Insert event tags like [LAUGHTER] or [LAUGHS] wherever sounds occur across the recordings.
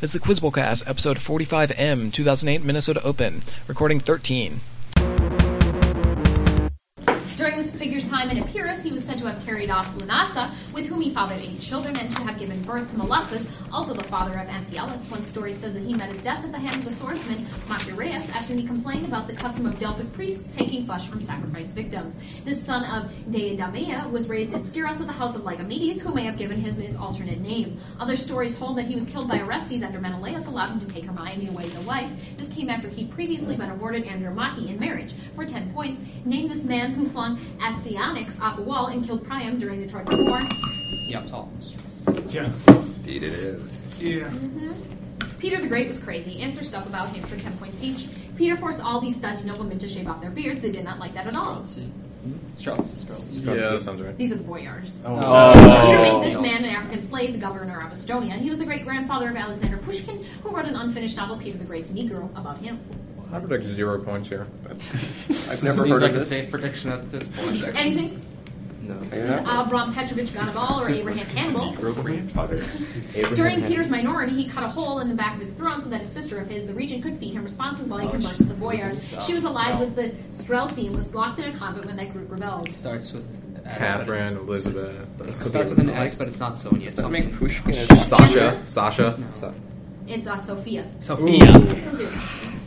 This is the Quiz Bowl Cast, episode 45M, 2008 Minnesota Open, recording 13. During this figure's time in Epirus, he was said to have carried off Lunasa, with whom he fathered eight children, and to have given birth to Molossus, also the father of Amphialus. One story says that he met his death at the hand of the swordsman Machareus after he complained about the custom of Delphic priests taking flesh from sacrificed victims. This son of Deidamia was raised at Scyros of the house of Lycomedes, who may have given him his alternate name. Other stories hold that he was killed by Orestes after Menelaus allowed him to take Hermione away as a wife. This came after he'd previously been awarded Andromache in marriage. For 10 points, name this man who flung Astyanax off a wall and killed Priam during the Trojan War. Yeah, Ptolemy's. Yeah. Indeed it is. Yeah. Peter the Great was crazy. Answer stuff about him for 10 points each. Peter forced all these stodgy noblemen to shave off their beards. They did not like that at all. Strauss. Yeah. Sounds right. These are the boyars. Peter Oh. made this man an African slave, the governor of Estonia. He was the great grandfather of Alexander Pushkin, who wrote an unfinished novel, Peter the Great's Negro, about him. I predict zero points here. Never I've never Seems heard like of a this. safe prediction at this point. Anything? No. This is Abram Petrovich Goneval or Abraham Hannibal. Grandfather. [LAUGHS] During Peter's minority, he cut a hole in the back of his throne so that a sister of his, the regent, could feed him responses while he Oh, conversed she- with the boyars. this is, uh, She was allied no. with the Streltsy and was locked in a convent when that group rebelled. It starts with S, Catherine, Elizabeth. but uh, it's- It starts with an S, but it's not Sonia. It's something. Sasha. Sasha. No. Sa- It's uh, Sophia. Sophia. So zero.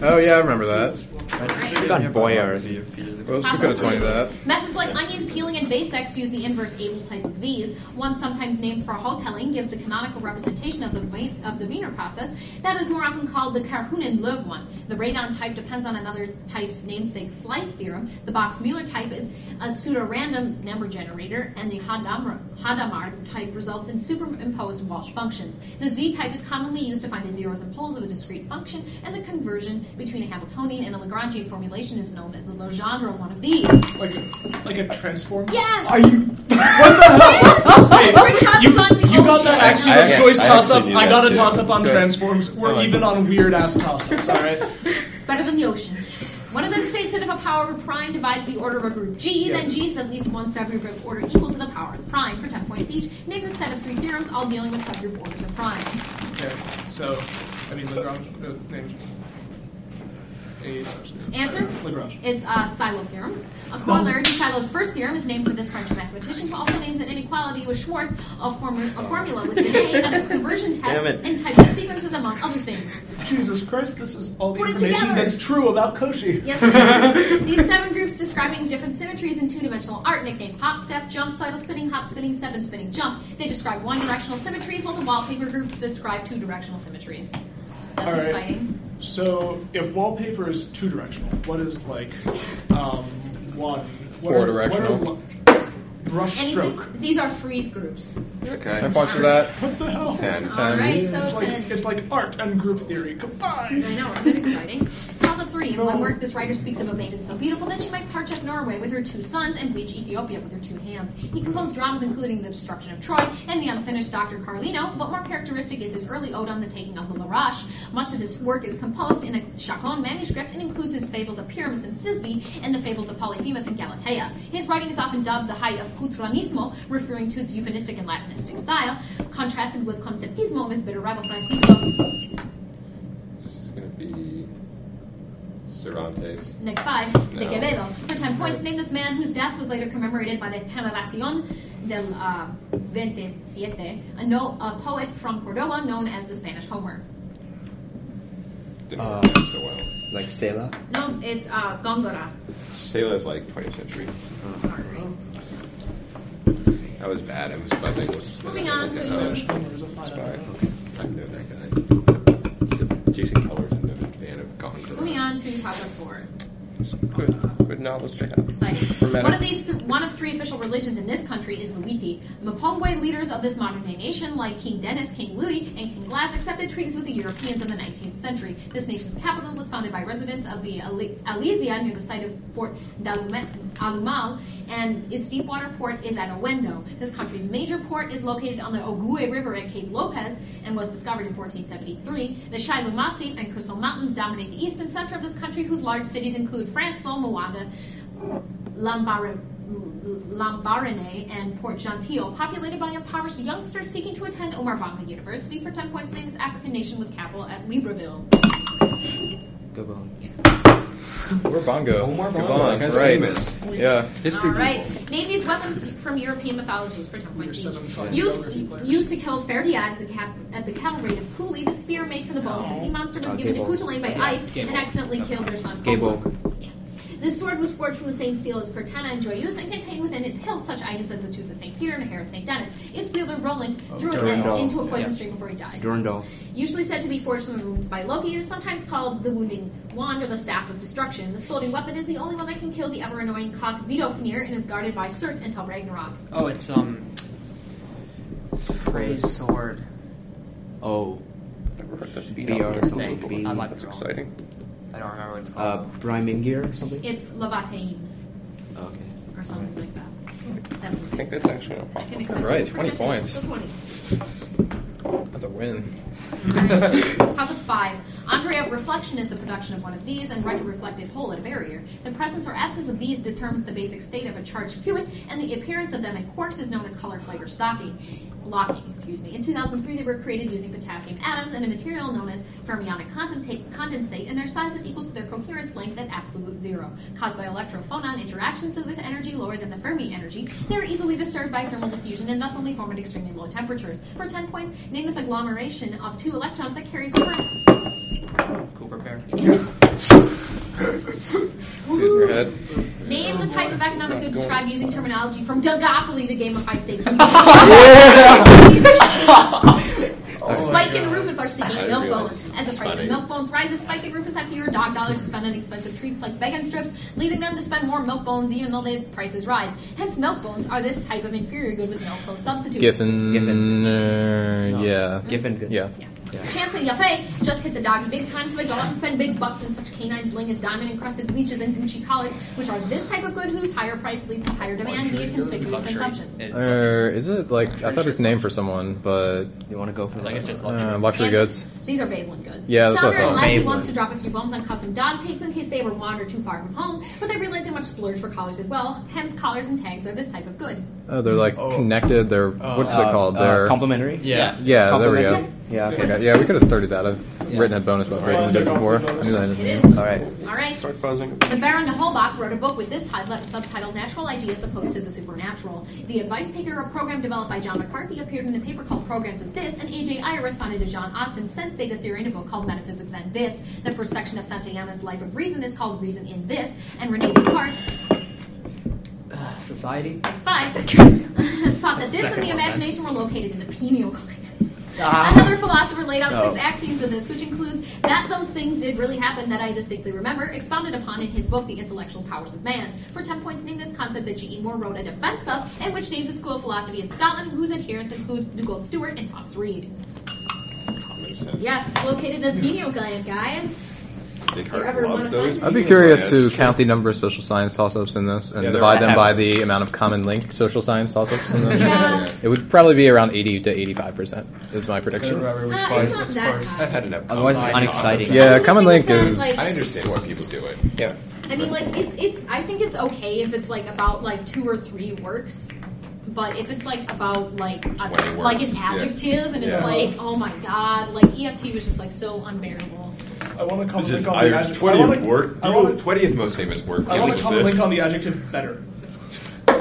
Oh yeah, I remember that. Right. got Boyars. Well, we could Possibly. have swung that. Methods like onion peeling and Basex use the inverse able type of these. One sometimes named for hoteling gives the canonical representation of the Ve- of the Wiener process that is more often called the Karhunen Löw one. The radon type depends on another type's namesake slice theorem. The Box-Mueller type is a pseudorandom number generator, and the Hadamard Hadamard type results in superimposed Walsh functions. The Z type is commonly used to find the zeros and poles of a discrete function, and the conversion between a Hamiltonian and a Lagrangian formulation is known as the Legendre one of these. Like a, like a transformer. Yes. Are you? What the hell? You, you got that actually I- a choice I toss up. actually knew I got that a too. toss up on Good. transforms. We're like even it. on weird ass toss ups. All right. It's better than the ocean. One of them states that if a power of a prime divides the order of a group G, then G is at least one subgroup of order equal to the power of prime for 10 points each. Name the set of three theorems all dealing with subgroup orders of primes. Okay. So, I mean Lagrange. No, name. A such thing. Answer? Lagrange. It's uh, Silo theorems. A corollary to Silo's first theorem is named for this French mathematician, who also names an inequality with Schwartz, a, form- a formula with the name of a conversion test, Damn it. and types of sequences, among other things. Jesus Christ! This is all the Put it information together. that's true about Koshi. Yes, it is. These seven groups describing different symmetries in two-dimensional art, nicknamed hop step, jump, slido spinning, hop spinning, step, and spinning jump. They describe one-directional symmetries, while the wallpaper groups describe two-directional symmetries. That's All right. exciting. So, if wallpaper is two directional, what is like um, one? what Four are- what are directional. lo- brush Anything? stroke. These are freeze groups. I Okay. points for that. [LAUGHS] What the hell? Ten. All right, so It's like ten. it's like art and group theory combined. I know, isn't it exciting? Casa 3. In one work, this writer speaks of a maiden so beautiful that she might parch up Norway with her two sons and bleach Ethiopia with her two hands. He composed dramas including The Destruction of Troy and the unfinished Dr. Carlino, but more characteristic is his early ode on the taking of the Larache. Much of his work is composed in a Chacon manuscript and includes his fables of Pyramus and Thisbe and the fables of Polyphemus and Galatea. His writing is often dubbed the height of Cutranismo, referring to its euphemistic and Latinistic style, contrasted with Conceptismo of his bitter rival Francisco. This is gonna be Cervantes. Nick five, de No. Quevedo. For 10 points, name this man whose death was later commemorated by the Generacion del uh, 27, a, no, a poet from Cordoba known as the Spanish Homer. Didn't Uh, work out so well. Like Sela? No, it's uh, Góngora. Sela's like 20th century. Mm-hmm. All right. That was bad. I was buzzing. Was Moving on to- Spy. Spanish Homer is a fine art. I know that guy. He's a, Jason Keller's a noted fan of Gone Moving on to topic four. Good, good knowledge to have. exciting. One of these, th- one of three official religions in this country is Muwiti. Mapongwe leaders of this modern day nation, like King Dennis, King Louis, and King Glass, accepted treaties with the Europeans in the 19th century. This nation's capital was founded by residents of the Ale- Alesia near the site of Fort Dalume- Alumal, and its deep water port is at Owendo. This country's major port is located on the Ogue River at Cape Lopez and was discovered in 1473. The Shailumasi and Crystal Mountains dominate the east and center of this country, whose large cities include Franceville, Mwanda, Lambara- Lambarene and Port Gentil, populated by impoverished youngsters seeking to attend Omar Bongo University for 10.6 African nation with capital at Libreville. Go bone. We're Bongo. Omar Gabon, Oh, Bongo, that's right. famous. Yeah. History All right. people. Name these weapons from European mythologies for 10 Your points each. seven fine geography Used, players. used to kill Ferdiad at the, cap, at the cavalry of Cooley, the spear made for the bones. The sea monster was Uh, given to Gable. Cuchulain by Yeah, Ike Gable. and accidentally killed their son. Gable. Fulford. Yeah. This sword was forged from the same steel as Cortana and Joyeuse and contained within its hilt such items as the tooth of St. Peter and a hair of St. Denis. Its wielder, Roland, threw it Durandal. into a poison Oh, Yeah. stream before he died. Durandal. Usually said to be forged from the wounds by Loki, it is sometimes called the wounding wand or the staff of destruction. This floating weapon is the only one that can kill the ever annoying cock Vidofnir and is guarded by Surt until Ragnarok. Oh, it's um. Praise sword. Oh, Never heard that beat VR up or something. before. VR. That's exciting. I don't remember what it's Uh, called. Brimingir or something? It's Levatane okay. or something like that. That's what it I think is. that's actually a That problem. can make sense. Right, It's pretty 20 much it. points. So 20. That's a win. Toss of five. Andrea, reflection is the production of one of these, and retroreflected whole at a barrier. The presence or absence of these determines the basic state of a charged qubit, and the appearance of them in quarks is known as color flavor stocking. Locking, excuse me. In 2003, they were created using potassium atoms and a material known as fermionic condensate, condensate, and their size is equal to their coherence length at absolute zero. Caused by electrophonon interactions with energy lower than the Fermi energy, they are easily disturbed by thermal diffusion and thus only form at extremely low temperatures. For 10 points, name this agglomeration of two electrons that carries current. Cooper Bear. Dude, your head. Name the type of economic good described using terminology from Dungopoly, the game of high [LAUGHS] stakes. Spike and Rufus are seeking Oh I milk realize bones. As the price of funny. milk bones rises, Spike and Rufus have fewer dog dollars to spend on expensive treats like vegan strips, leading them to spend more milk bones even though the prices rise. Hence, milk bones are this type of inferior good with no close substitute. Giffen. Giffen. uh, Mm. yeah. Giffen. good. Yeah. Yeah. Yeah. Chance and Yafe just hit the doggy big time, so they go out and spend big bucks in such canine bling as diamond encrusted leeches and Gucci collars, which are this type of good whose higher price leads to higher demand via conspicuous consumption. It's, Or is it like I thought it's named for someone, but you want to go for I think it's just uh, luxury. luxury Answer. goods. These are Babylon goods. Yeah, that's what I Sounder and thought. Leslie Babylon. wants to drop a few bones on custom dog tags in case they ever wander too far from home, but they realize they must splurge for collars as well. Hence, collars and tags are this type of good. Oh, they're like connected. They're what's it Uh, called? uh, they're complimentary? Yeah. yeah. There we go. Compliment. Yeah, okay. Okay, yeah, we could have thirty that. I've written a bonus about breaking the goods before. I knew that. It didn't- is. All right. All right. Start buzzing. The Baron de Holbach wrote a book with this title, subtitled Natural Ideas Opposed to the Supernatural. The Advice Taker, a program developed by John McCarthy, appeared in a paper called Programs with This, and A.J. Iyer responded to John Austin's sense data theory in a book called Metaphysics and This. The first section of Santayana's Life of Reason is called Reason in This, and Rene Descartes, uh, society. [LAUGHS] five, thought that this and the imagination were located in the pineal gland. Another philosopher laid out six axioms of this, which includes that those things did really happen that I distinctly remember, expounded upon in his book The Intellectual Powers of Man. For 10 points, name this concept that G.E. Moore wrote a defense of, and which names a school of philosophy in Scotland whose adherents include Dugald Stewart and Thomas Reid. Yes, located in the pineal gland, guys. Descartes Whoever loves wanna those. find I'd be memes. curious Yeah, to it's count the number of social science toss-ups in this and Yeah, they're divide right. them by the amount of common link social science toss-ups in this. Yeah. It would probably be around 80 to 85 percent, is my prediction. Remember which Uh, part it's not was that first. true. I've had enough. Otherwise, it's Side unexciting. gossip. Yeah, Also, common things link that, is. like- I understand why people do it. Yeah. I mean, like it's it's. I think it's okay if it's like about like two or three works, but if it's like about like a, 20 like an works, yeah. adjective and it's Yeah. like oh my god, like EFT was just like so unbearable. I want to comment This is on the our adjective. I wanna- twentieth work, I want to twentieth most famous work. I want to deals comment with link on the adjective better.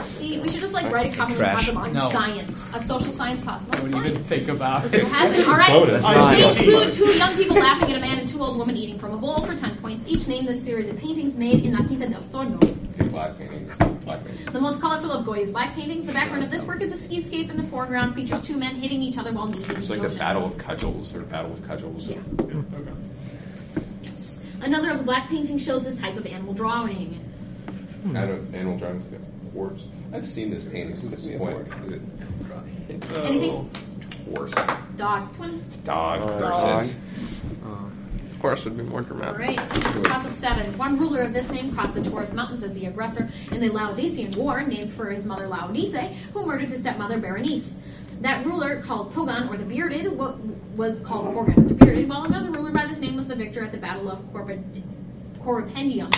See, we should just like write a comment and Trash. talk about No. science, a social science class. What Don't even science? think about it. We'll have it. All right. bonus. That's They fine. include two young people laughing at a man and two old women eating from a bowl for ten points each. Name this series of paintings made in La Quinta del Sorno. this. Black paintings. Black paintings. The most colorful of Goya's black paintings, the background of this work is a skiscape, and the foreground features two men hitting each other while kneeling in It's the like the ocean. Battle of Cudgels or Battle of Cudgels. Yeah. Okay. Yes. Another of the black painting shows this type of animal drawing. I don't. Animal drawings. yeah, Horse. I've seen this painting. What's the point? Is it Oh. Anything? horse? Dog. 20. Dog. dog. versus. Of course, would be more dramatic. All right. Cross of seven. One ruler of this name crossed the Taurus Mountains as the aggressor in the Laodicean War, named for his mother Laodice, who murdered his stepmother Berenice. That ruler, called Pogon or the Bearded, wa- was called Morgan or the Bearded, while another ruler by this name was the victor at the Battle of Corp- Coropendium.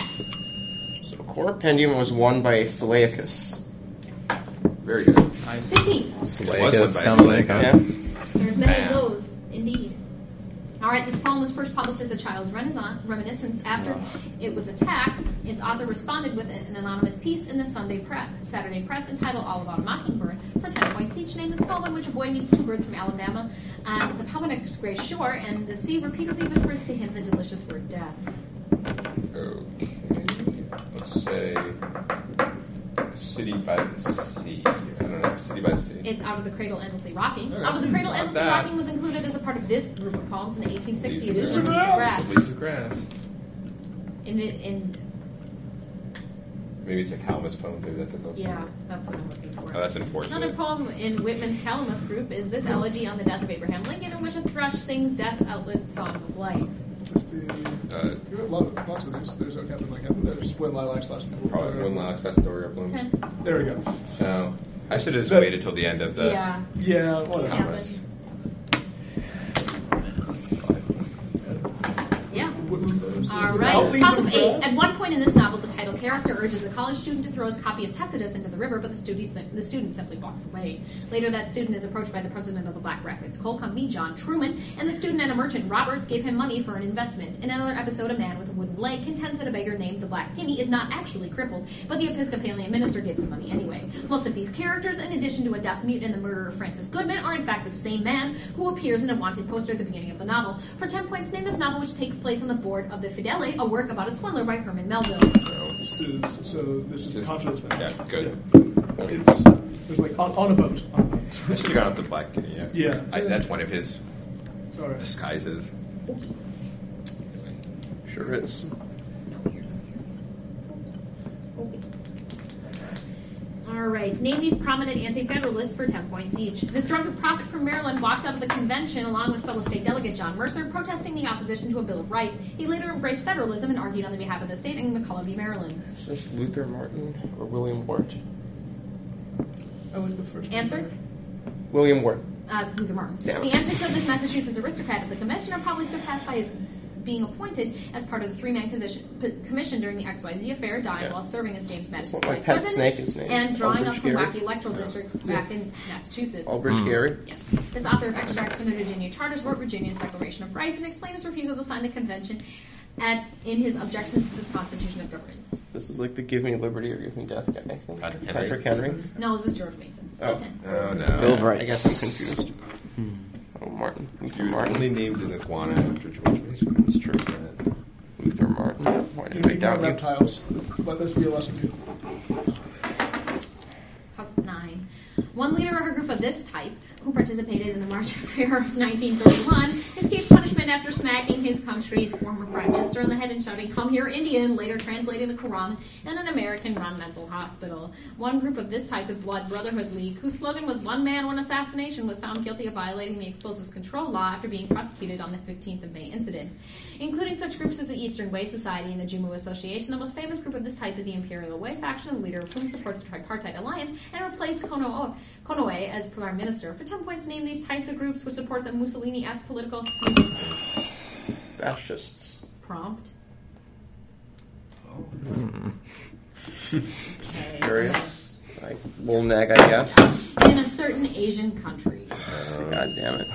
So Coropendium was won by Seleucus. Very good. Nice. 15. was Slakos, one by come like Slakos. us. Yeah. There's many Bam. of those, indeed. All right, this poem was first published as a child's renaissance reminiscence after it was attacked. Its author responded with an anonymous piece in the Sunday Press, Saturday Press entitled "All About a Mockingbird" for ten points each. Name this poem in which a boy meets two birds from Alabama on the Pomonix Gray Shore, and the sea repeatedly whispers to him the delicious word death. Okay. Let's say City by the Sea. I don't know. City by the Sea. It's "Out of the Cradle Endlessly Rocking." Okay. "Out of the Cradle Not Endlessly bad. Rocking" was included as a part of this group of poems in the 1860 Leaves edition of of Leaves of Grass. Grass. Leaves of Grass. In, the, in Maybe it's a Calvinist poem. Maybe that's a yeah, that's what I'm looking for. Oh, that's unfortunate. Another poem in Whitman's Calamus group is this elegy on the death of Abraham Lincoln, in which a thrush sings death's outlet song of life. It's the- Uh, You would love it. Lots of these. There's no Captain Lincoln. There's When Lilacs Last Night. Probably one last. That's Doria Bloom. Ten. There we go. No, I should have just That- waited till the end of the. yeah. Yeah, whatever. Yeah, Calamus. but- yeah. Wh- All Without right. Leaves Toss of of eight. Grass? At one point in this novel, the title character urges a college student to throw his copy of Tacitus into the river, but the student the student simply walks away. Later, that student is approached by the president of the Black Rapids Coal Company, John Truman, and the student and a merchant, Roberts, gave him money for an investment. In another episode, a man with a wooden leg contends that a beggar named the Black Guinea is not actually crippled, but the Episcopalian minister gives him money anyway. Most of these characters, in addition to a deaf mute and the murderer Francis Goodman, are in fact the same man who appears in a wanted poster at the beginning of the novel. For 10 points, name this novel, which takes place on the board of the Fidele, a work about a swindler by Herman Melville. So, This is, so this is This- confidence man. yeah, good. It's, it's like on, on a boat. [LAUGHS] On a boat. I should have gone up the black guinea. Yeah. Yeah. I, that's one of his It's all right. disguises. Sure is. All right. Name these prominent anti-federalists for 10 points each. This drunken prophet from Maryland walked out of the convention along with fellow state delegate John Mercer, protesting the opposition to a Bill of Rights. He later embraced federalism and argued on the behalf of the state in McCullough v. Maryland. Is this Luther Martin or William Wart? I like the first one. Answer? William Wart. Uh, it's Luther Martin. Damn it. The antics of this Massachusetts aristocrat at the convention are probably surpassed by his being appointed as part of the three-man position, p- commission during the XYZ affair, dying Yeah. while serving as James Madison What my vice pet president, snake is named. and drawing up Aldrich some Gary. wacky electoral districts back in Massachusetts. Albridge Gary. Yes. This author of extracts from the Virginia Charters wrote Virginia's Declaration of Rights and explained his refusal to sign the convention at, in his objections to this constitution of government. This is like the Give Me Liberty or Give Me Death guy. I think. Patrick Henry. Patrick Henry. No, this is George Mason. So Oh. ten. Oh no. Bill of I Rights. guess I'm confused. Hmm. Oh, Martin. Luther You were Martin. only named an iguana after George Mason. That's true. Luther Martin. Why You did I need more doubt you? reptiles. Let this be a lesson to you. Cost nine. One leader of a group of this type, who participated in the March [LAUGHS] Affair of 1931, escaped punishment after smacking his country's former prime minister on the head and shouting, Come here, Indian, later translating the Quran in an American run mental hospital. One group of this type, the Blood Brotherhood League, whose slogan was One Man, One Assassination, was found guilty of violating the explosives control law after being prosecuted on the 15th of May incident, including such groups as the Eastern Way Society and the Jumu Association. The most famous group of this type is the Imperial Way faction, the leader of whom supports the Tripartite Alliance, and replaced Kono- Konoe as prime minister. For 10 points, name these types of groups which supports a Mussolini-esque political Fascists. prompt. Okay. Curious. Like, little nag, I guess. In a certain Asian country. God damn it.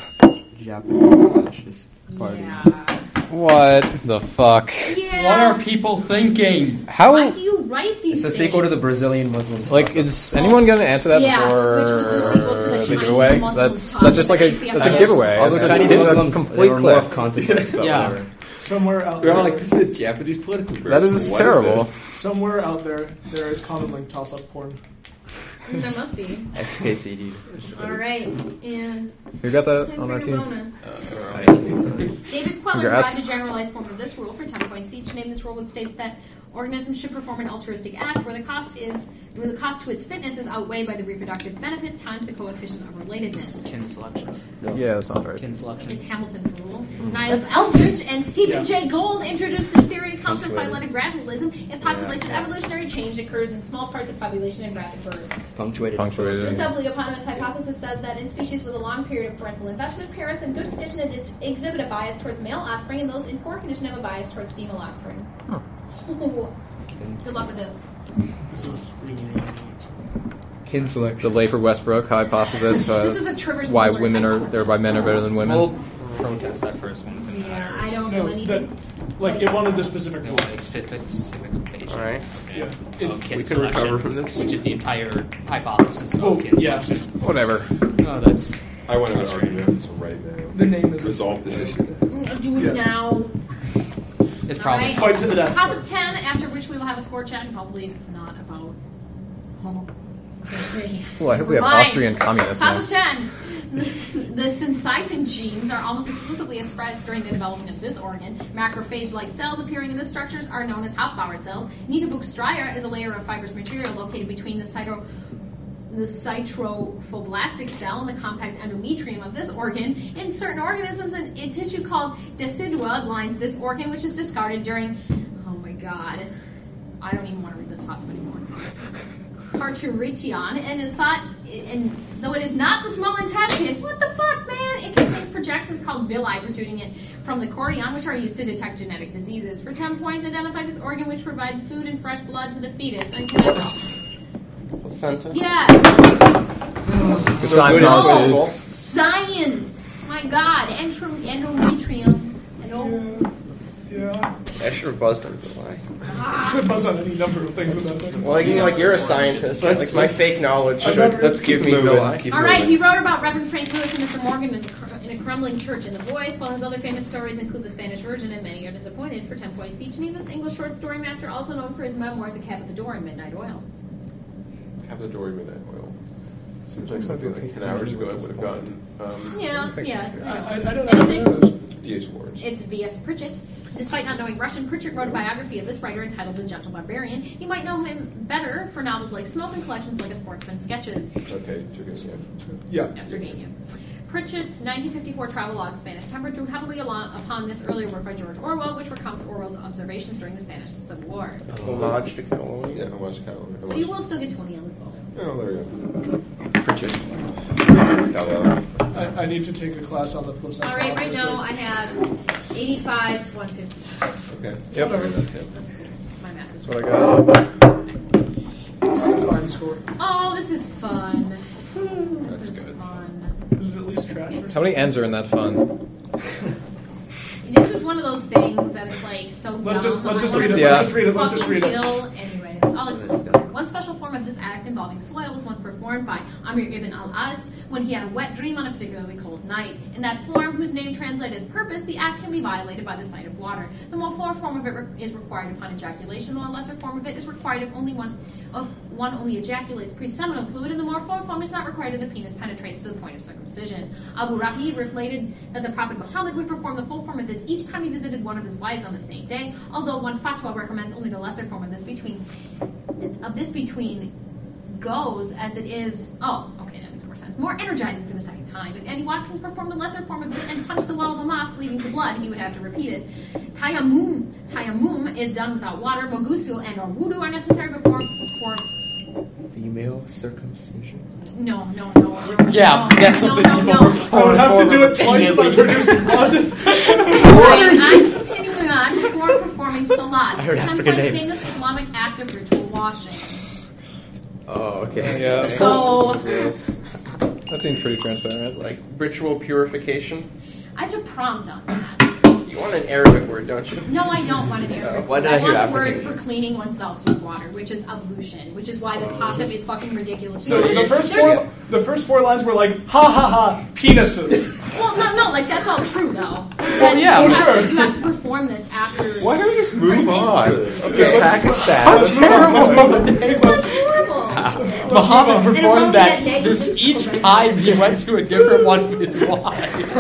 Japanese fascist parties. Yeah. What the fuck? Yeah. What are people thinking? Why How? do you write these It's a sequel to the things? Brazilian Muslims. Like, is anyone gonna answer that Yeah, before which was the sequel to the Chinese giveaway? Muslim That's that's just like a controversy that's a episode. giveaway. Although It's a Chinese di- a Muslims, complete they were more cliff. of consequence, [LAUGHS] but Yeah. whatever. Somewhere out They're there, all like, this is a Japanese political person. That is What terrible. this? somewhere out there, there is common link toss-up porn. Mm, There must be. XKCD. All right, and Who got that ten on for our your team? bonus. Oh. Alright. David Queller Congrats. derived a generalized form of this rule for 10 points each. Name this rule which states that organisms should perform an altruistic act where the cost is where the cost to its fitness is outweighed by the reproductive benefit times the coefficient of relatedness. Kin selection. Yeah, that sounds right. Kin It's selection. Hamilton's rule. Niles Eldridge and Stephen Yeah. J. Gould introduced this theory to counter phyletic gradualism. It postulates that evolutionary change occurs in small parts of population and rapid bursts. Punctuated. Punctuated. This doubly-eponymous hypothesis says that in species with a long period of parental investment, parents in good condition dis- exhibit a bias towards male offspring, and those in poor condition have a bias towards female offspring. [LAUGHS] Good luck with this. This is really, really neat. Kin selection. The Lafer Westbrook hypothesis. [LAUGHS] Uh, This is a Trivers why Miller women are hypothesis. thereby men are better than women. We'll protest that first one if it Yeah, matters. I don't know No, that, anything. like, it wanted the specific No, one. it's specific, specific patient. All right. Okay. Yeah. Of It- kin we can selection, recover from this. Which is the entire hypothesis of Oh, kin yeah. selection. Whatever. Oh, that's. I want to argue that it's right now. The name is- Resolve this issue now. Mm, Do it Yeah. now. It's All probably. right. Fight to the death. Toss up 10, after which we will have a score chat, and hopefully it's not about. Oh, okay. Well, I hope we Never have mind. Austrian communists now. Toss of 10. The syncytin genes are almost exclusively expressed during the development of this organ. Macrophage like cells appearing in the structures are known as Hauptbauer cells. Nietterbuchstria is a layer of fibrous material located between the cyto the cytrophoblastic cell and the compact endometrium of this organ. In certain organisms, an, a tissue called decidua lines this organ, which is discarded during. Oh my god. I don't even want to read this toss anymore. Parturition, and is thought, and though it is not the small intestine, what the fuck, man? It contains projections called villi, protruding it from the chorion, which are used to detect genetic diseases. For 10 points, identify this organ which provides food and fresh blood to the fetus. And Placenta. yes! Good science No. knowledge is full. Science! My God, Entro- endometrium. oh, Endo- Yeah. I should have buzzed on July. You should buzz on any number of things in that thing. Well, like, you know, like you're a scientist. Like my fake knowledge. Let's- should- let's give me moving. July. Keep All right, moving. he wrote about Reverend Frank Lewis and Mr. Morgan in, the cr- in a crumbling church in The Voice, while his other famous stories include The Spanish Virgin and Many Are Disappointed for 10 points each. And this English short story master, also known for his memoirs, A Cab at the Door and Midnight Oil. Have the Dory with that oil. Seems like something like 10 hours ago I would have gotten um, Yeah, yeah. I, yeah. I I don't know. Anything? D.H. Lawrence. It's V.S. Pritchett. Despite not knowing Russian, Pritchett wrote a biography of this writer entitled The Gentle Barbarian. You might know him better for novels like Smoke and collections like A Sportsman's Sketches. Okay, took us, yeah. Yeah. after Dania. Pritchett's 1954 travelogue Spanish Temper drew heavily along upon this earlier work by George Orwell, which recounts Orwell's observations during the Spanish Civil War. Homage to Catalonia. Yeah, I watched Calendar. So you will still get 20 on this bonus. Oh, there you Pritchett. go. Fellow. I, I need to take a class on the placenta. All right, right obviously. now I have 85 to 150. Okay. Yep. That's cool. My math is That's what I got. It's a fine score. Oh, this is fun. This That's is good. fun. Is it at least trash or How many N's are in that fun? This is one of those things that is like so Let's dumb. just- let's I just wanna read it, let's just read it, let's just fucking read it. Kill. Anyways, I'll explain. One special form of this act involving soil was once performed by Amir ibn al-As when he had a wet dream on a particularly cold night. In that form, whose name translates as purpose, the act can be violated by the sight of water. The more full form of it re- is required upon ejaculation, while a lesser form of it is required if only one of one only ejaculates preseminal fluid, and the more full form is not required if the penis penetrates to the point of circumcision. Abu Rafi related that the Prophet Muhammad would perform the full form of this each time he visited one of his wives on the same day, although one fatwa recommends only the lesser form of this between of this between goes as it is. Oh, okay, that makes more sense. More energizing for the second time. If Andy Watkins performed a lesser form of this and punched the wall of a mosque, leading to blood, he would have to repeat it. Tayammum, tayammum is done without water. Bogusu and or wudu are necessary before. before Female circumcision? no, no, no. no Yeah, no, that's something no, people no, I would have to do it twice if I produced [LAUGHS] blood. Right, I'm continuing on before performing salat. I heard Ten African points names. famous Islamic act of ritual washing. Oh, okay. Yeah. So- Yes. That seems pretty transparent. Like ritual purification. I have to prompt on that. You want an Arabic word, don't you? No, I don't want an Arabic. Why did I hear want the word African? for cleaning oneself with water, which is ablution, which is why this concept is fucking ridiculous. So Because the first there's- four, the first four lines were like, ha ha ha, [LAUGHS] penises. Well, no, no, like that's all true though. It's that yeah, you, for have sure. to, you have to perform this after. Why don't we just move on? Okay. Package that. Let's move on, let's move on. This is like [LAUGHS] horrible. Muhammad And it won't be performed that that negative this it's each correct. time he went to a different one [LAUGHS] with his wife.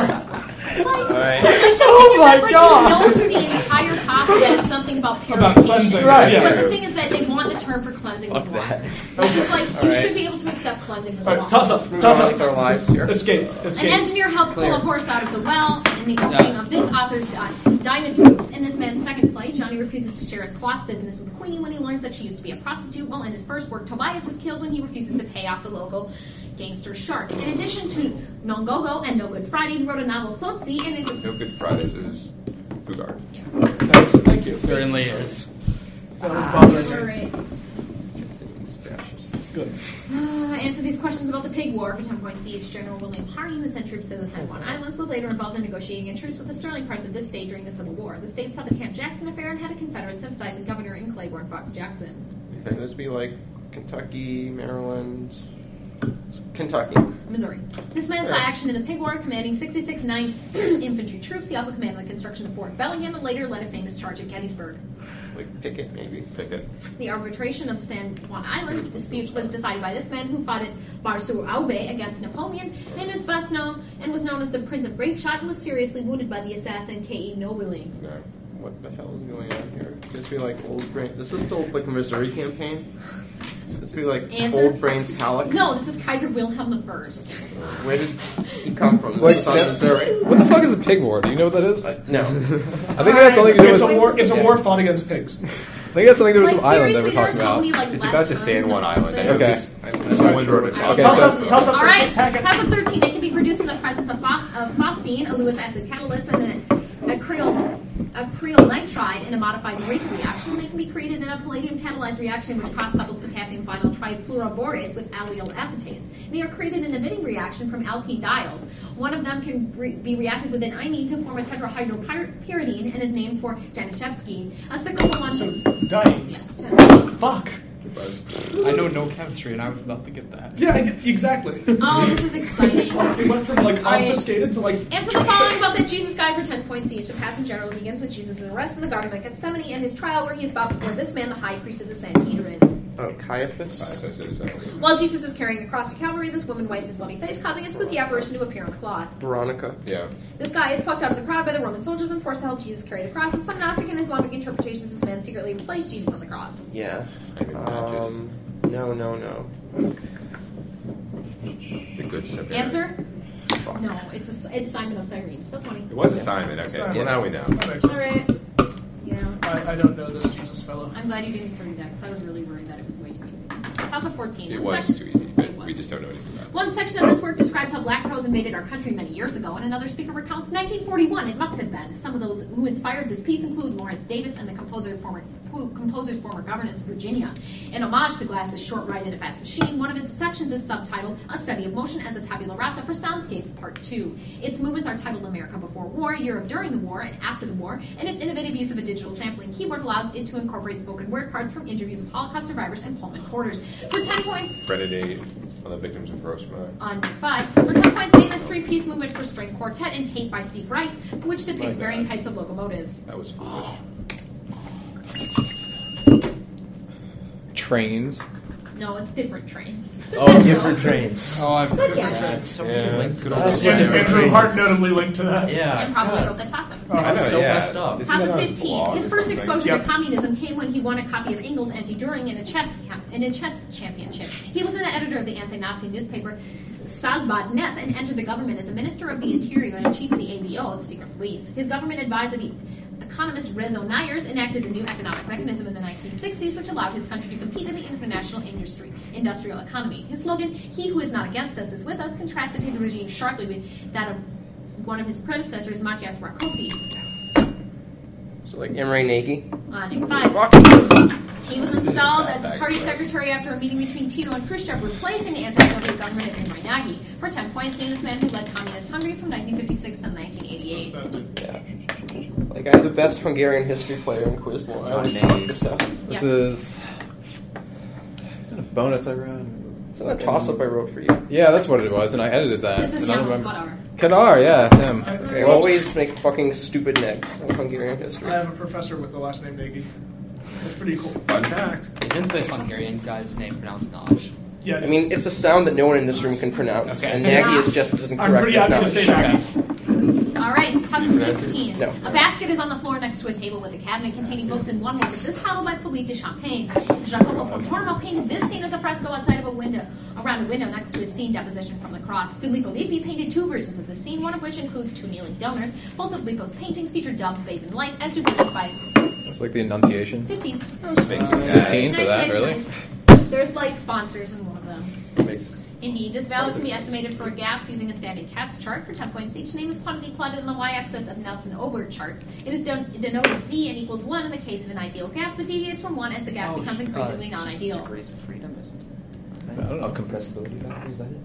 Like, right. like, the thing Oh is my that, like, God. You know through the entire topic that it's something about About purification. cleansing, Right. But yeah. the thing is that they want the term for cleansing with Fuck water, that. which is like you All right. should be able to accept cleansing with All right, water. toss up, Move toss on with up. our lives here. Escape, An escape. engineer helped pull Clear. a horse out of the well in the opening of this author's di- Diamond Hoops. In this man's second play, Johnny refuses to share his cloth business with Queenie when he learns that she used to be a prostitute, while in his first work, Tobias is killed when he refuses to pay off the local gangster Shark. In addition to Nongogo and No Good Friday, he wrote a novel, Sotsi, and is No Good Fridays is Bugard. Nice, thank you. Certainly is. That was bothering me. Alright. It's fascist. Good. Uh, answer these questions about the Pig War for 10 points each. General William Harney, who sent troops to the San Juan Islands, was later involved in negotiating a truce with the Sterling Parts of this state during the Civil War. The state saw the Camp Jackson affair and had a Confederate sympathizing governor in Claiborne Fox Jackson. Can those be like Kentucky, Maryland, Kentucky? Missouri. This man saw action in the Pig War, commanding 66 9th [CLEARS THROAT] Infantry troops. He also commanded the construction of Fort Bellingham and later led a famous charge at Gettysburg. Like Pickett, maybe? Pickett. The arbitration of the San Juan Islands dispute was decided by this man who fought at Barsu Aube against Napoleon and is best known and was known as the Prince of Grape Shot and was seriously wounded by the assassin E K.E. Nobiling. No. What the hell is going on here? Just be like old brain. This is still like a Missouri campaign. This be like Answer. old brains Halleck. No, this is Kaiser Wilhelm the First. Where did he come from? Wait, This is on so- Missouri. What the fuck is a pig war? Do you know what that is? I No. think it has something to do It's with a war. It's a Yeah. war fought against [LAUGHS] pigs. I think it has something to do with like some island that seriously, there we're are talking so about. many like It's left about to turns San in the Juan boxes. Island. Okay. I, I, someone wrote it down. Okay, toss, so- up, toss up. All this right, packet. toss up 13. It can be produced in the presence of, pho- of phosphine, a Lewis acid catalyst, and a acryl, acryl nitride in a modified Rate reaction. They can be created in a palladium catalyzed reaction which cross couples potassium vinyl trifluoroborates with allyl acetates. They are created in a binning reaction from alkene diols. One of them can re- be reacted with an imine to form a tetrahydropyridine and is named for Janiszewski. A cyclical So one. Yes, dimes. Jan- Fuck. I know no chemistry, and I was about to get that. Yeah, I get- exactly. [LAUGHS] Oh, this is exciting. [LAUGHS] It went from like All right. obfuscated to like. Answer the following about the Jesus guy for 10 points each. The passage generally begins with Jesus' arrest in the Garden of Gethsemane and his trial where he is brought before this man, the high priest of the Sanhedrin. Oh, Caiaphas? While Jesus is carrying a cross to Calvary, this woman wipes his bloody face, causing a spooky apparition to appear on the cloth. Veronica? Yeah. This guy is plucked out of the crowd by the Roman soldiers and forced to help Jesus carry the cross. In some Gnostic and Islamic interpretations, this man secretly replaced Jesus on the cross. Yeah. I mean, Um, no, no, no. just the good subject. Answer? Fuck. No, it's, a, it's Simon of Cyrene. So 20. It was assignment. Okay. Simon. Well, now we know. That makes All sense. right. Yeah. I, I don't know this Jesus fellow. I'm glad you didn't include that because I was really worried that it was way too easy. How's a 14? It One was sec- too easy, but It was. we just don't know anything about it. One section of this work describes how black crows invaded our country many years ago, and another speaker recounts 1941. It must have been. Some of those who inspired this piece include Lawrence Davis and the composer former who- composer's former governess, Virginia. In homage to Glass's short ride in a fast machine, one of its sections is subtitled "A Study of Motion as a Tabula Rasa for Soundscapes, Part 2." Its movements are titled "America Before War," "Europe During the War," and "After the War," and its innovative use of a digital sampling keyboard allows it to incorporate spoken word parts from interviews with Holocaust survivors and Pullman porters. For 10 points, Renegade on the victims of gross murder. on five. For ten points, name this three-piece movement for string quartet and tape by Steve Reich, which depicts Like varying that. types of locomotives. That was foolish. Oh, Trains. No, it's different trains. [LAUGHS] Oh, different trains. Oh, I've Good heard guess. that. So Yeah, many good links. old That's yeah, Andrew Andrew Hart notably linked to that. Yeah. And probably God. wrote that toss-up. I know, so yeah. messed up. Isn't that Toss on of his 15. blog His or first something? exposure Yep. to communism came when he won a copy of Engels' Anti-Düring in a chess camp, in a chess championship. He was then the editor of the anti-Nazi newspaper Sazbad Nep and entered the government as a minister of the interior and a chief of the ABO, the secret police. His government advised that the economist Rezo Nyers enacted the new economic mechanism in the 1960s, which allowed his country to compete in the international industry industrial economy. His slogan, "He who is not against us is with us," contrasted his regime sharply with that of one of his predecessors, Matthias Rakosi. So like Imre Nagy? Uh, Nick Five. He was installed as party secretary after a meeting between Tito and Khrushchev, replacing the anti-Soviet government of Imre Nagy. For 10 points, name this man who led communist Hungary from 1956 to 1988. Yeah. Like I'm the best Hungarian history player in Quizlet. I always fuck this up. This Yeah. is. Isn't a bonus I ran? It's not a toss up I wrote for you. Yeah, that's what it was, and I edited that. This is and I Jan don't remember- Spadar. Kadar, yeah, him. I always make fucking stupid necks in Hungarian history. I have a professor with the last name Nagy. That's pretty cool. Fun fact. Isn't the Hungarian guy's name pronounced Naj? Yeah, I mean, it's a sound that no one in this room can pronounce, Okay. and Nagy is just as I'm incorrect pretty as happy to say Nagy. Nagy. All right, toss of 16. No. A basket is on the floor next to a table with a cabinet containing books and one word, this title by Philippe de Champagne. Jacopo Contorno painted this scene as a fresco outside of a window, around a window next to his scene deposition from the cross. Filippo Lippi painted two versions of the scene, one of which includes two kneeling donors. Both of Lippo's paintings feature doves bathed in light, as do those by It's like the Annunciation. 15. That was fake. Fifteen for Nice, that, nice, really? nice. There's like sponsors in one of them. Indeed, this value can be estimated for gaps using a standard CATS chart for 10 points. Each name is quantity plotted in the y-axis of Nelson-Ober chart. It is den- denoted Z and equals 1 in Oh, uh, the case of an ideal gas, but deviates from 1 as the gas becomes increasingly non-ideal. Degrees of freedom, isn't it? I don't know. Compressibility factor is that it?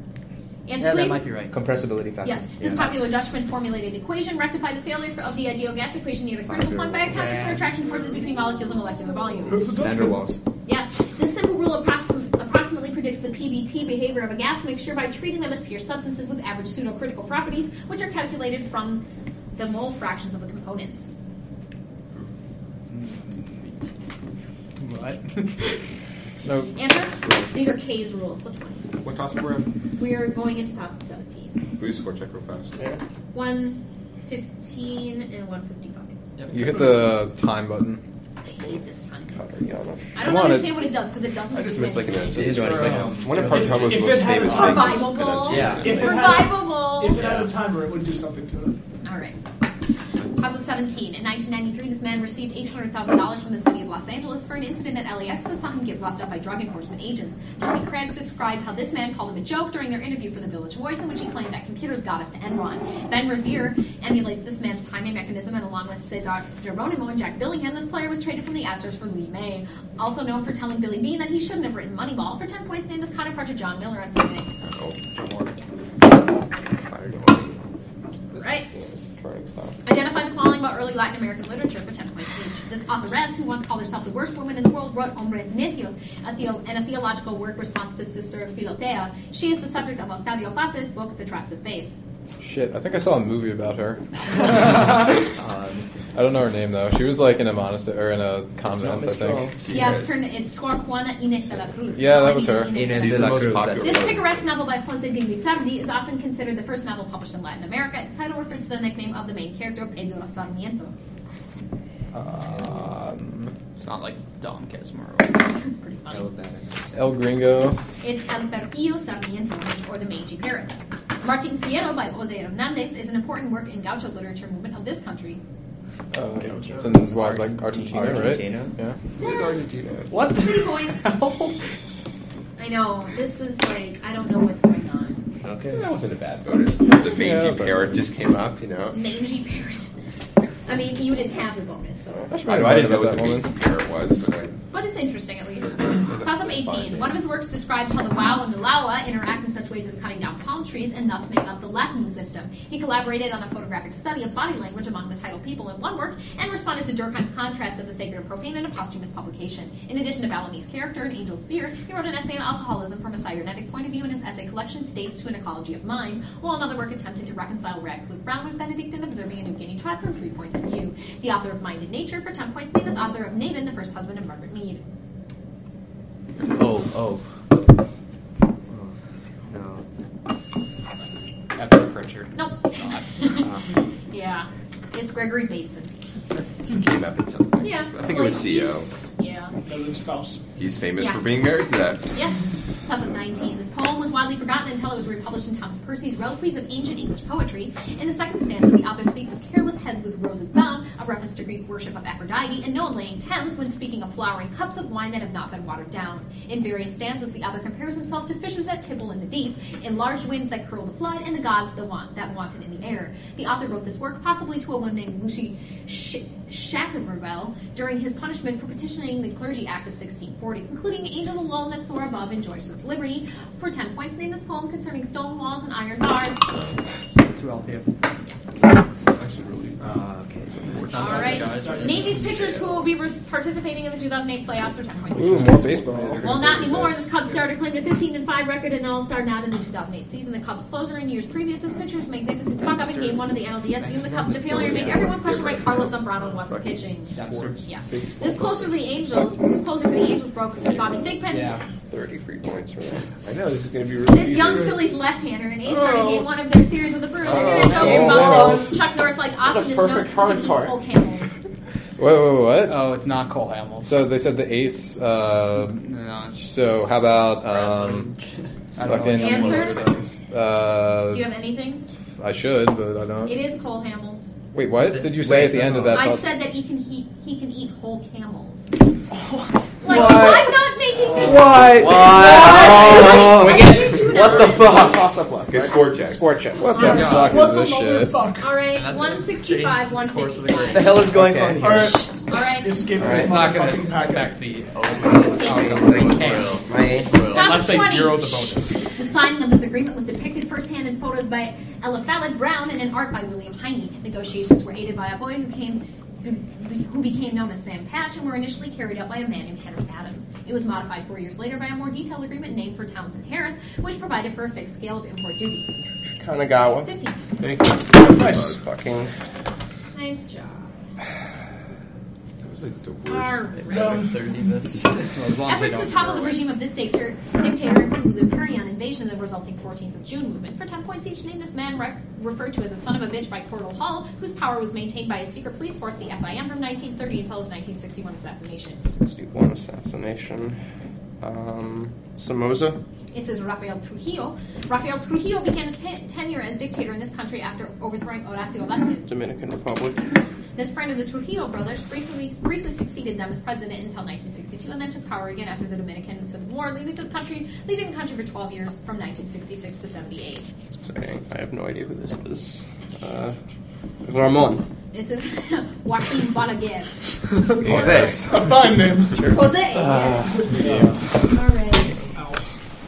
Answer, Yeah, please. that might be right. Compressibility factor. Yes, this popular Dutchman formulated equation rectified the failure of the ideal gas equation near the critical point by accounting for attraction forces between molecules and molecular volume. Who's a Van der Waals. Yes, this simple rule approxim- approximately predicts the PBT behavior of a gas mixture by treating them as pure substances with average pseudocritical properties, which are calculated from the mole fractions of the components. What? [LAUGHS] No. Answer? These are K's rules, so 20. What toss we're in? We are going into topic 17. Please score check real fast. 115 and 155. You hit the time button. I hate this time. I Come don't on, understand it- what it does because it doesn't. I just missed like a it. minute. It is Doesn't running matter. second. I wonder if Park Hubbard If- if was most it had famous a for timer- his Survivable. pronunciation. It's If it had- survivable. If it had a timer, it would do something to it. All right. Cause of 17. In 1993, this man received $800,000 from the city of Los Angeles for an incident at LAX that saw him get locked up by drug enforcement agents. Tony Craggs described how this man called him a joke during their interview for the Village Voice, in which he claimed that computers got us to Enron. Ben Revere emulates this man's timing mechanism, and along with Cesar Geronimo and Jack Billingham, this player was traded from the Astros for Lee May. Also known for telling Billy Bean that he shouldn't have written Moneyball for 10 points, named this counterpart to John Miller on Sunday. Oh, Jamar. Fire going. Right. Yeah, it's turning south. Identify the following about early Latin American literature for 10 points each. This authoress, who once called herself the worst woman in the world, wrote Hombres Necios, a theo- and a theological work response to Sister Filotea. She is the subject of Octavio Paz's book, The Traps of Faith. Shit, I think I saw a movie [LAUGHS] about her. I don't know her name though. She was like in a monastery or in a convent, I Miss Girl. think. Yes, her, na- it's Sor Juana Inés de la Cruz. Yeah, that was her. Inés de la She's Cruz. the most popular. This picaresque novel by Jose de Lizardi is often considered the first novel published in Latin America. Its title refers to the nickname of the main character, Pedro Sarmiento. Um, It's not like Dom Casmurro. It's pretty funny. El Gringo. It's El Perquillo Sarmiento, or the Mangy Parrot. Martin Fierro by Jose Hernandez is an important work in gaucho literature movement of this country. Uh, it's in what, like Argentina, Argentina? right? Yeah. What? Three points. I know, this is like, I don't know what's going on. That wasn't a bad bonus. The Yeah, that mangy was all parrot just came up, you know. Mangy Parrot. I mean, you didn't have the bonus, so. it's- I, know, I didn't know what about the that mangy woman. parrot was, but I, But it's interesting at least. Toss up 18. One of his works describes how the wow and the lawa interact in such ways as cutting down palm trees and thus make up the Latin system. He collaborated on a photographic study of body language among the title people in one work and responded to Durkheim's contrast of the sacred and profane in a posthumous publication. In addition to Bellamy's character in Angel's Fear, he wrote an essay on alcoholism from a cybernetic point of view in his essay collection States to an Ecology of Mind, while another work attempted to reconcile Radcliffe Brown with Benedictine observing a New Guinea tribe from three points of view. The author of Mind and Nature for 10 points named as author of Navin, the first husband of Margaret Mead. Oh, oh. No. Evans Pritchard. Nope. [LAUGHS] yeah. It's Gregory Bateson. he came up in something. Yeah. I like, think it was E CO. he's- Yeah. Better than spouse. He's famous Yeah. for being married to that. Yes. 2019. This poem was widely forgotten until it was republished in Thomas Percy's Reliques of Ancient English Poetry. In the second stanza, the author speaks of careless heads with roses bound, a reference to Greek worship of Aphrodite, and no one laying Thames when speaking of flowering cups of wine that have not been watered down. In various stanzas, the author compares himself to fishes that tipple in the deep, in large winds that curl the flood, and the gods that want that wanton in the air. The author wrote this work possibly to a woman named Lucy Sh- Shacklerbell during his punishment for petitioning the Clergy Act of 1640, concluding the angels alone that soar above enjoy such liberty. For 10 points, name this poem concerning stone walls and iron bars. Too I should really. All right. Name these pitchers who will be res- participating in the 2008 playoffs for 10 points. Ooh, more baseball. Well, not anymore. This Cubs starter claimed a 15 and 5 record and All Star not in the 2008 season. The Cubs closer in years previous. This pitcher's magnificent fuck up in game one of the NLDS doomed the Cubs to failure and made everyone question why Carlos Zambrano wasn't pitching. Dumpster. Yes. This closer for the Angels. This closer for the Angels broke Bobby Thigpen's. Yeah. 33 points for that. I know, this is going to be really This young Phillies left-hander and ace started Oh. game one of their series with the Brewers. They're gonna joke Oh, about wow. Chuck Norris like awesome is perfect no card fucking card. Cole Hamels. Whoa, whoa, what? Oh, it's not Cole Hamels. So they said the ace. Uh, no, it's so how about um, I don't Fucking- know. what Answer? Hamels is. uh, Do you have anything? I should, but I don't. It is Cole Hamels. Wait, what did you say at the end of that? I thought- said that he can he, he can eat whole [LAUGHS] camels. Like I'm not making this. [LAUGHS] What? What? Oh, Like, we I get- kid you oh, what not. the fuck? toss up left. Oh. Okay, right? score check. Oh Score check. What the fuck Alright. what is the this shit? motherfuck? All right, And that's gonna 165, change the course of the 155. game. The hell is going Okay. on here? All right, All right, escape Alright. this It's not going motherfucking to packet. affect the Right? unless they 2020. zero the bonus. The signing of this agreement was depicted firsthand in photos by Eliphalet Brown and in art by William Heine. Negotiations were aided by a boy who came, who- who became known as Sam Patch, and were initially carried out by a man named Henry Adams. It was modified four years later by a more detailed agreement named for Townsend Harris, which provided for a fixed scale of import duty. Kanagawa. Fifteen. Thank you. Nice. Fucking. Nice job. That was like the All worst. right. As long as they Efforts don't to topple zero the it. regime of this dictator, dictator include the Luperian invasion and the resulting 14th of June movement. For 10 points each, name this man re- referred to as a son of a bitch by Cordell Hull, whose power was maintained by a secret police force, the SIM, from 1930 until his 1961 assassination. 61 assassination. Um, Somoza. It says Rafael Trujillo. Rafael Trujillo began his te- tenure as dictator in this country after overthrowing Horacio Velazquez. Dominican Republic. This friend of the Trujillo brothers briefly, briefly succeeded them as president until 1962, and then took power again after the Dominican Civil War, leaving the country leaving the country for 12 years from 1966 to 78. Saying, I have no idea who this is. Uh, Ramon. This is [LAUGHS] Joaquin Balaguer. What [LAUGHS] is this? A fine name. Jose. yes. All